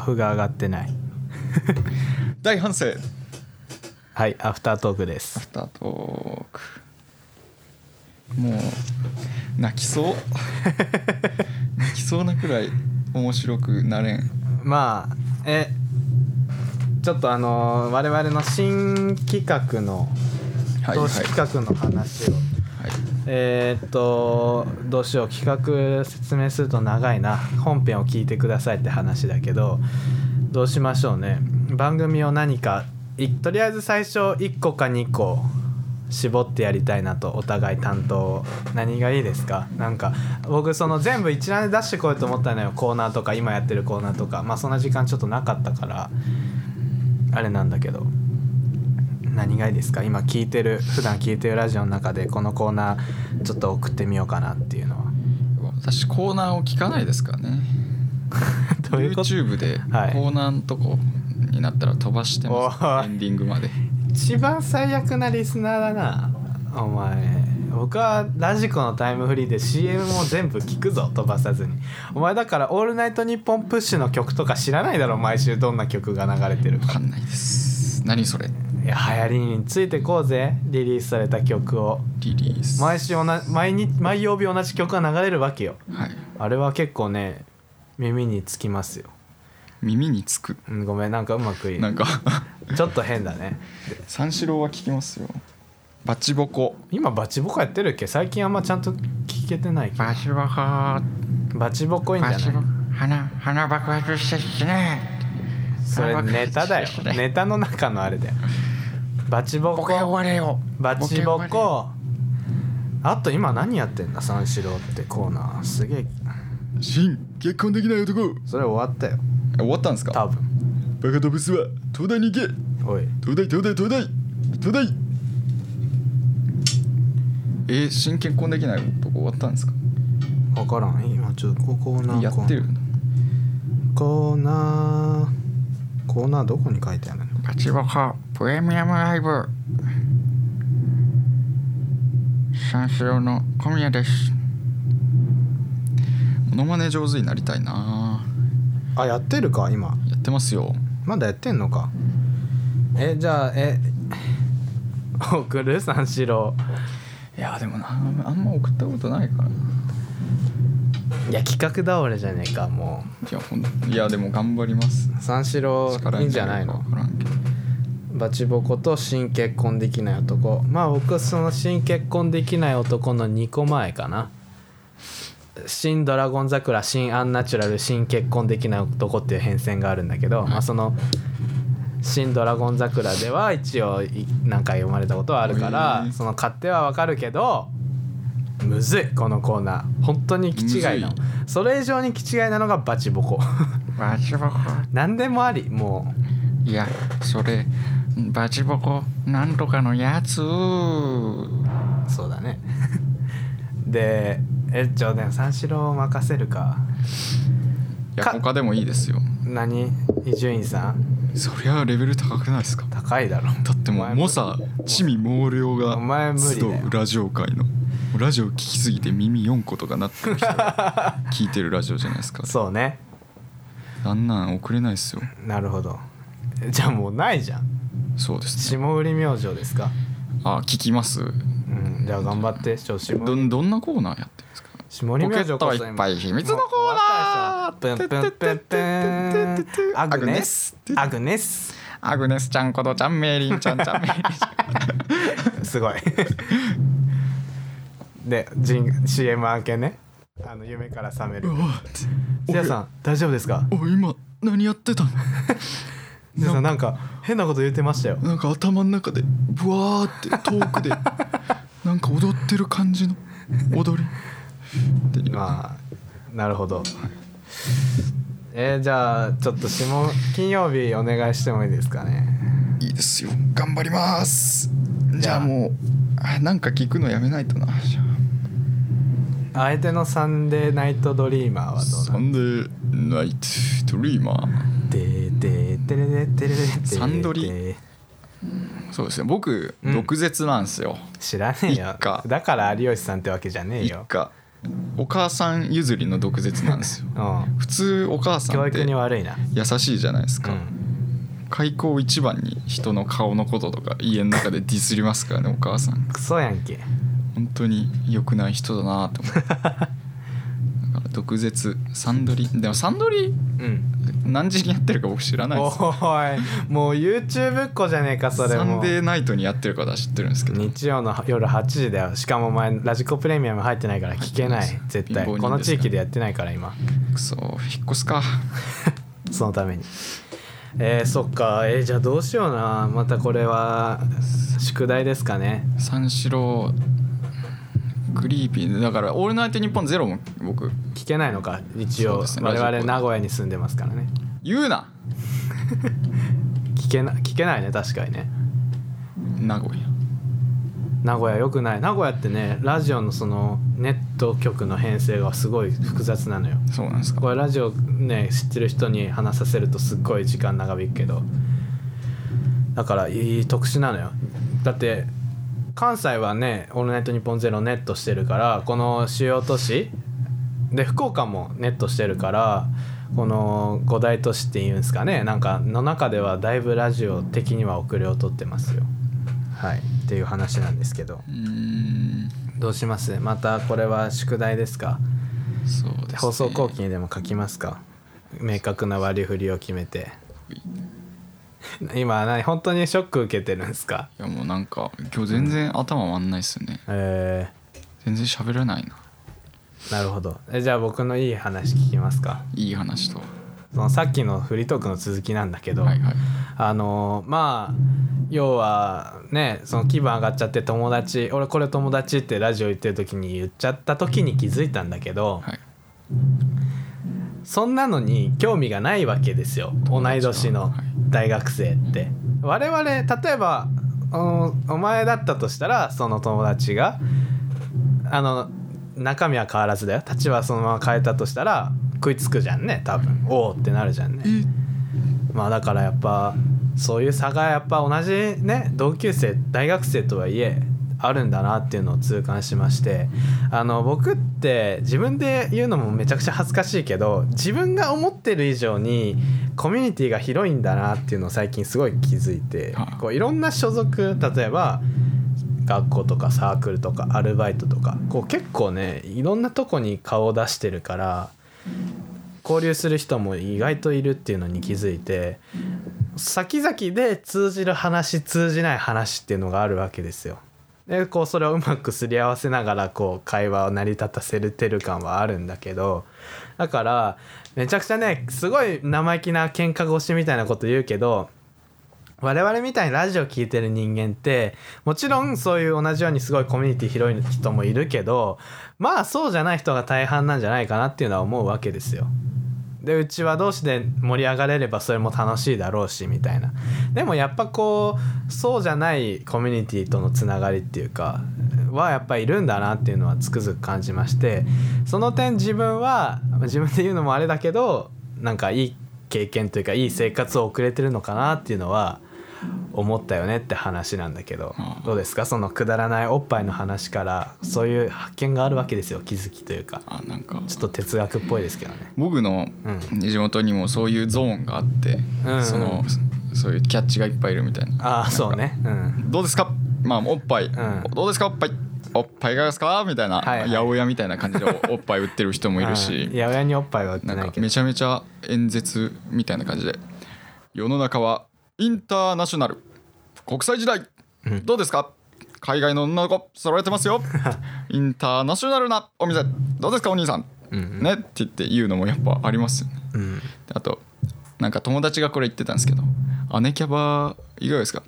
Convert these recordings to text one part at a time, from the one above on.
フが上がってない大反省はいアフタートークでアすフタートークもう泣き そう泣きそうなくらい面白くなれんまあえちょっとあの我々の新企画のはいは投い資企画の話を、はいえーっとどうしよう企画説明すると長いな本編を聞いてくださいって話だけどどうしましょうね番組を何かいとりあえず最初1個か2個絞ってやりたいなとお互い担当を何がいいですかなんか僕その全部一覧で出してこようと思ったのよコーナーとか今やってるコーナーとかまあそんな時間ちょっとなかったからあれなんだけど何がいいですか今聞いてる普段聞いてるラジオの中でこのコーナーちょっと送ってみようかなっていうのは私コーナーを聞かないですからね どういうこと YouTube でコはいーナーのとこになったら飛ばしてますから、おいエンディングまで一番最悪なリスナーだなお前僕はラジコのタイムフリーで CM も全部聞くぞ飛ばさずにお前だから「オールナイトニッポン」プッシュの曲とか知らないだろ毎週どんな曲が流れてるわかかんないです何それいや流行りについてこうぜリリースされた曲をリリース毎週同じ毎日毎曜日同じ曲が流れるわけよはいあれは結構ね耳につきますよ、耳につくうん、ごめんなんかうまくいい なんかちょっと変だね三四郎は聞きますよバチボコ今バチボコやってるっけ最近あんまちゃんと聞けてないけどバチボコババチボコいいんじゃない花花爆発してしねそれネタだよネタの中のあれだよバチボコれよバチボコあと今何やってんだ三四郎ってコーナーすげえ新結婚できない男それ終わったよ終わったんですか多分バカとブスは東大に行けおい東大東大東大東大えー、新結婚できない男終わったんですか分からん今ちょっとこコーナーやってるコーナーコーナーどこに書いてあるのバチボコプレミアムライブ三四郎の小宮ですモノマネ上手になりたいなあやってるか今やってますよまだやってんのかえじゃあえ 送る三四郎いやでもなあんま送ったことないからないや企画倒れじゃねえかもいやほんいやでも頑張りますう三四郎力いいんにじゃないの分からんけどバチボコと新結婚できない男まあ僕はその新結婚できない男の2個前かな新ドラゴン桜新アンナチュラル新結婚できない男っていう変遷があるんだけど、まあその新ドラゴン桜では一応い何回読まれたことはあるから、へえその勝手はわかるけどむずいこのコーナー本当に気違いなのむずそれ以上に気違いなのがバチボコ バチボコ何でもありもいやそれバチボコなんとかのやつうそうだねでえちょでも三四郎を任せるかいやか他でもいいですよ何伊集院さんそりゃレベル高くないですか高いだろだってもおう前猛者地味猛量お前が無理集だようラジオ界のラジオ聞きすぎて耳4個とかなって る人が聞いてるラジオじゃないですかそうねあんなん送れないですよなるほどえじゃあもうないじゃんそうですね霜降り明星ですかあ聞きますうんじゃあ頑張ってちょ霜降りどんどんなコーナーやってるんですか下り明星こそ今ポケットいっぱい秘密のコーナーもう終わったでしょプンプンプンプンアグネスアアグネスアグネスちゃんことちゃんメイリンちゃんちゃんメイリンちゃんすごいでジン CM 明けねあの夢から覚めるうわせやさん大丈夫ですかおい今何やってたのせやさんなんか変なこと言ってましたよなんか頭の中でブワーって遠 くでなんか踊ってる感じの踊り でまあなるほどえー、じゃあちょっと下金曜日お願いしてもいいですかねいいですよ頑張りますじじゃゃああもうあなんか聞くのやめないとなじゃあ相手のサンデーナイトドリーマーはどうなサのンデーナイトドリーマーでーでーでれれでれれでサンドリでーそうですね僕、うん毒舌なんですよ知らねえよ一家だから有吉さんってわけじゃねえ一よ家お母さん譲りの毒舌なん ですようん普通お母さん教って育に悪いな優しいじゃないですうか、ん開口一番に人の顔のこととか家の中でディスりますからねお母さんクソやんけ本当に良くない人だなと 思ってだから毒舌サンドリでもサンドリうん何時にやってるか僕知らないおですーいもう YouTube っ子じゃねえかそれサンもデーナイトにやってるから知ってるんですけど日曜の夜8時だよしかもお前ラジコプレミアム入ってないから聞けない入ってます絶対貧乏人ですこの地域でやってないから今くそ引っ越すかそのためにえー、そっかえー、じゃあどうしようなまたこれは宿題ですかね三四郎クリーピーだから「オールナイトニッポンゼロも僕聞けないのか一そう応、ですね我ラジ々コ名古屋に住んでますからね言うな聞けな聞けないね確かにね名古屋名古屋よくない名古屋ってねラジオのそのネット局の編成がすごい複雑なのよそうなんですかこれラジオね知ってる人に話させるとすっごい時間長引くけどだからいい特殊なのよだって関西はね「オールナイトニッポンゼロネットしてるからこの主要都市で福岡もネットしてるからこの五大都市っていうんですかねなんかの中ではだいぶラジオ的には遅れを取ってますよはいっていう話なんですけどうーんどうしますまたこれは宿題ですかそうです、ね、放送後期にでも書きますか明確な割り振りを決めてい今何本当にショック受けてるんですかやもうなんか今日全然頭回んないっすよねえ全然喋れないなー、なるほどえじゃあ僕のいい話聞きますかいい話とはそのさっきのフリートークの続きなんだけど、いはいあのーまあ要はねその気分上がっちゃって友達俺これ友達ってラジオ言ってる時に言っちゃった時に気づいたんだけど、はいそんなのに興味がないわけですよ同い年の大学生って。我々例えばおお前だったとしたらその友達があの中身は変わらずだよ立場はそのまま変えたとしたら食いつくじゃんね多分おおってなるじゃんね。まあだからやっぱそういう差がやっぱ同じね同級生大学生とはいえあるんだなっていうのを痛感しましてあの僕って自分で言うのもめちゃくちゃ恥ずかしいけど自分が思ってる以上にコミュニティが広いんだなっていうのを最近すごい気づいてはいこういろんな所属例えば学校とかサークルとかアルバイトとかこう結構ねいろんなとこに顔を出してるから交流する人も意外といるっていうのに気づいて先々で通じる話通じない話っていうのがあるわけですよ。でこうそれをうまくすり合わせながらこう会話を成り立たせるてる感はあるんだけどだからめちゃくちゃねすごい生意気な喧嘩腰みたいなこと言うけど我々みたいにラジオ聞いてる人間ってもちろんそういう同じようにすごいコミュニティ広い人もいるけどまあそうじゃない人が大半なんじゃないかなっていうのは思うわけですよ。でうちは同士で盛り上がれればそれも楽しいだろうしみたいなでもやっぱこうそうじゃないコミュニティとのつながりっていうかはやっぱいるんだなっていうのはつくづく感じましてその点自分は自分で言うのもあれだけどなんかいい経験というかいい生活を送れてるのかなっていうのは思ったよねって話なんだけどうんどうですかそのくだらないおっぱいの話からそういう発見があるわけですよ気づきというかあなんかちょっと哲学っぽいですけどね。僕のう地元にもそういうゾーンがあって、うんうんそのそういうキャッチがいっぱいいるみたいなああそうねうんどうですかまあおっぱい、んどうですかおっぱいおっぱいがですかみたいな、はいはい八百屋みたいな感じでおおっぱい売ってる人もいるし八百屋におっぱいは売ってなないんけかどめちゃめちゃ演説みたいな感じで世の中はインターナショナル国際時代、どうですか海外の女の子揃えてますよ インターナショナルなお店どうですかお兄さん、ねって言って言うのもやっぱありますよねうんあとなんか友達がこれ言ってたんですけど「姉キャバいかがですか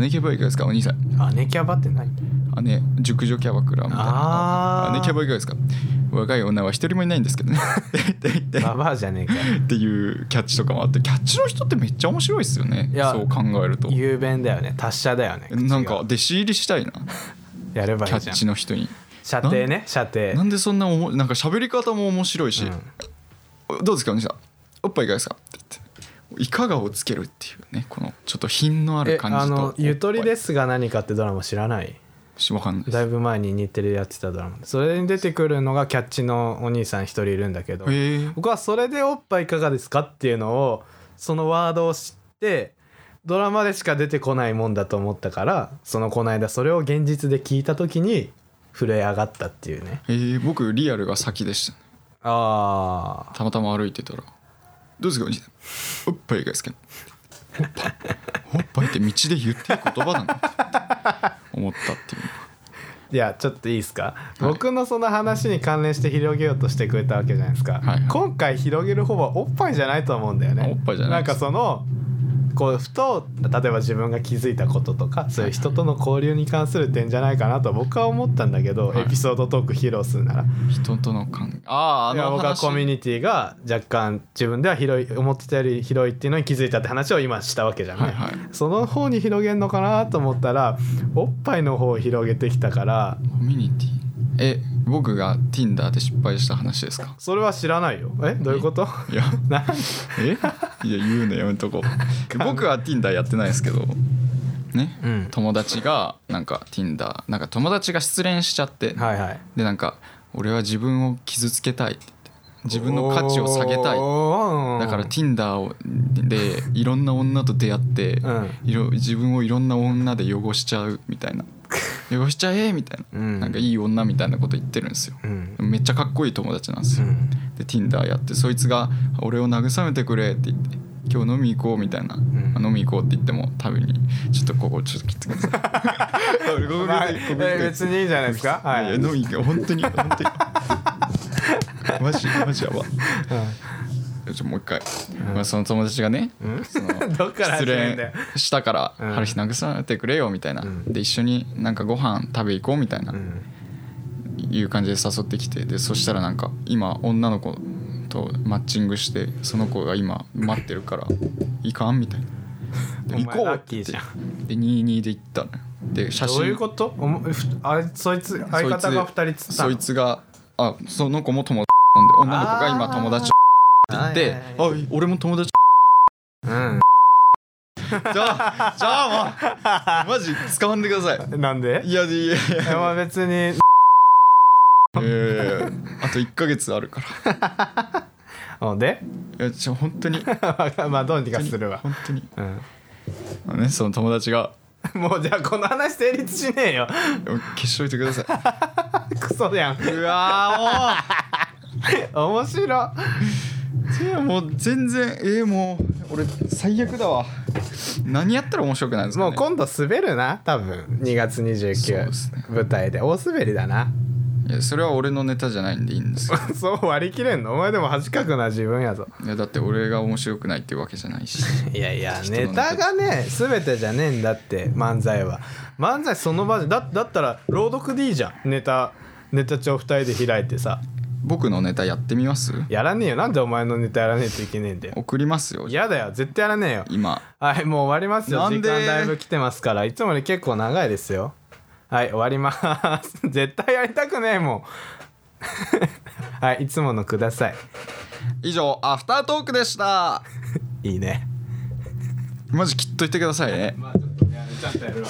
姉キャバいかがですかお兄さんあネキャバって何姉熟女キャバクラ」みたいあなー「姉キャバいかがですか若い女は一人もいないんですけどね」 って言ってババアじゃねえかよ っていうキャッチとかもあってキャッチの人ってめっちゃ面白いですよねいやそう考えると雄弁だよね達者だよね口がなんか弟子入りしたいなやればキいャいじゃんッチの人に射程ね射程なんでそんなおもなんか喋り方も面白いし、どうですかお兄さんおっぱいいかがですかって言っていかがをつけるっていうねこのちょっと品のあるえ感あじとの「ゆとりですすが何か」ってドラマ知らないしわかんないですだいぶ前に日テレやってたドラマそれに出てくるのがキャッチのお兄さん一人いるんだけどへえ僕はそれでおっぱいいかがですかっていうのをそのワードを知ってドラマでしか出てこないもんだと思ったからそのこの間それを現実で聞いた時に震え上がったっていうねえー、僕リアルが先でしたねあたまたま歩いてたら「どうですかおじいさんおっぱいがですか?」おっぱいおっぱいって道で言ってる言葉なんだって思ったっていういやちょっといいですか、はい僕のその話に関連して広げようとしてくれたわけじゃないですか、はいはい今回広げる方はおっぱいじゃないと思うんだよねおっぱいじゃないんですかそのこうふと例えば自分が気づいたこととかそういう人との交流に関する点じゃないかなと僕は思ったんだけど、はいエピソードトーク披露するなら人との関あああいやの僕は話コミュニティが若干自分では広い思ってたより広いっていうのに気づいたって話を今したわけじゃない、はいはいその方に広げるのかなと思ったらおっぱいの方を広げてきたからコミュニティえ僕が Tinder で失敗した話ですかそれは知らないよえどういうこと いやなえいや言うのやめとこ う僕は Tinder やってないですけどね、うん友達がなんか Tinder なんか友達が失恋しちゃって、はいはいでなんか俺は自分を傷つけたいって言って自分の価値を下げたいだだから Tinder をでいろんな女と出会って、うんいろ自分をいろんな女で汚しちゃうみた いな汚しちゃえみたいな、うんなんかいい女みたいなこと言ってるんですよ、うんめっちゃかっこいい友達なんですうよ、んで Tinder やってそいつが「俺を慰めてくれ」って言って「今日飲み行こう」みたいな、ん飲み行こうって言っても食べに「ちょっとここちょっと切って ください」ここここまあここえ別にいいじゃないです かはいいや飲み行こう本当に本当にマジマジやばちょもう一回、まあ、その友達がね、その どっから失始めるんだよ恋したから「うん春日慰めてくれよ」みたいな、んで一緒になんかご飯食べ行こうみたいな、うんいう感じで誘ってきてでそしたらなんか今女の子とマッチングしてその子が今待ってる から行かんみたいなおで前行こうラッっキーて言ってじゃで22で行ったのよで写真どういうことおもふあれそいつ相方が2人つったそのいつがあその子も友達なんで女の子が今友達はいではいあ俺も友達はいじゃあじゃあまあマジ使わんでくださうんなんでいいやいやいやいいややまあ別にいやいやいやあと1ヶ月あるからうんで いやちょ本当にまあどうにかするわ、本当にうん、あのねその友達がもうじゃあこの話成立しねえよ消しといてくださいクソやんうわ面白ーもうもう全然えー、もう俺最悪だわ何やったら面白くないんですか、もね、う今度滑るな多分2月そう29ですね舞台で大滑りだない やそれは俺のネタじゃないんでいいんですけどそう割り切れんのお前でも恥かくな自分やぞいやだって俺が面白くないっていうわけじゃないしいやいや人のネネタタがね全てじゃねえんだって漫才は漫才その場でだだったら朗読でいいじゃんネタネタ帳2人で開いてさ僕のネタやってみますやらねえよなんでお前のネタやらねえといけねえんだよ送りますよ嫌だよ絶対やらねえよ今はいもう終わりますよなん時で間だいぶ来てますからいつもより結構長いですよはい終わります 絶対やりたくねえもん はいいつものください以上アフタートークでしたいいねマジ切っといてくださいねまあちょっとねちゃんとやるわ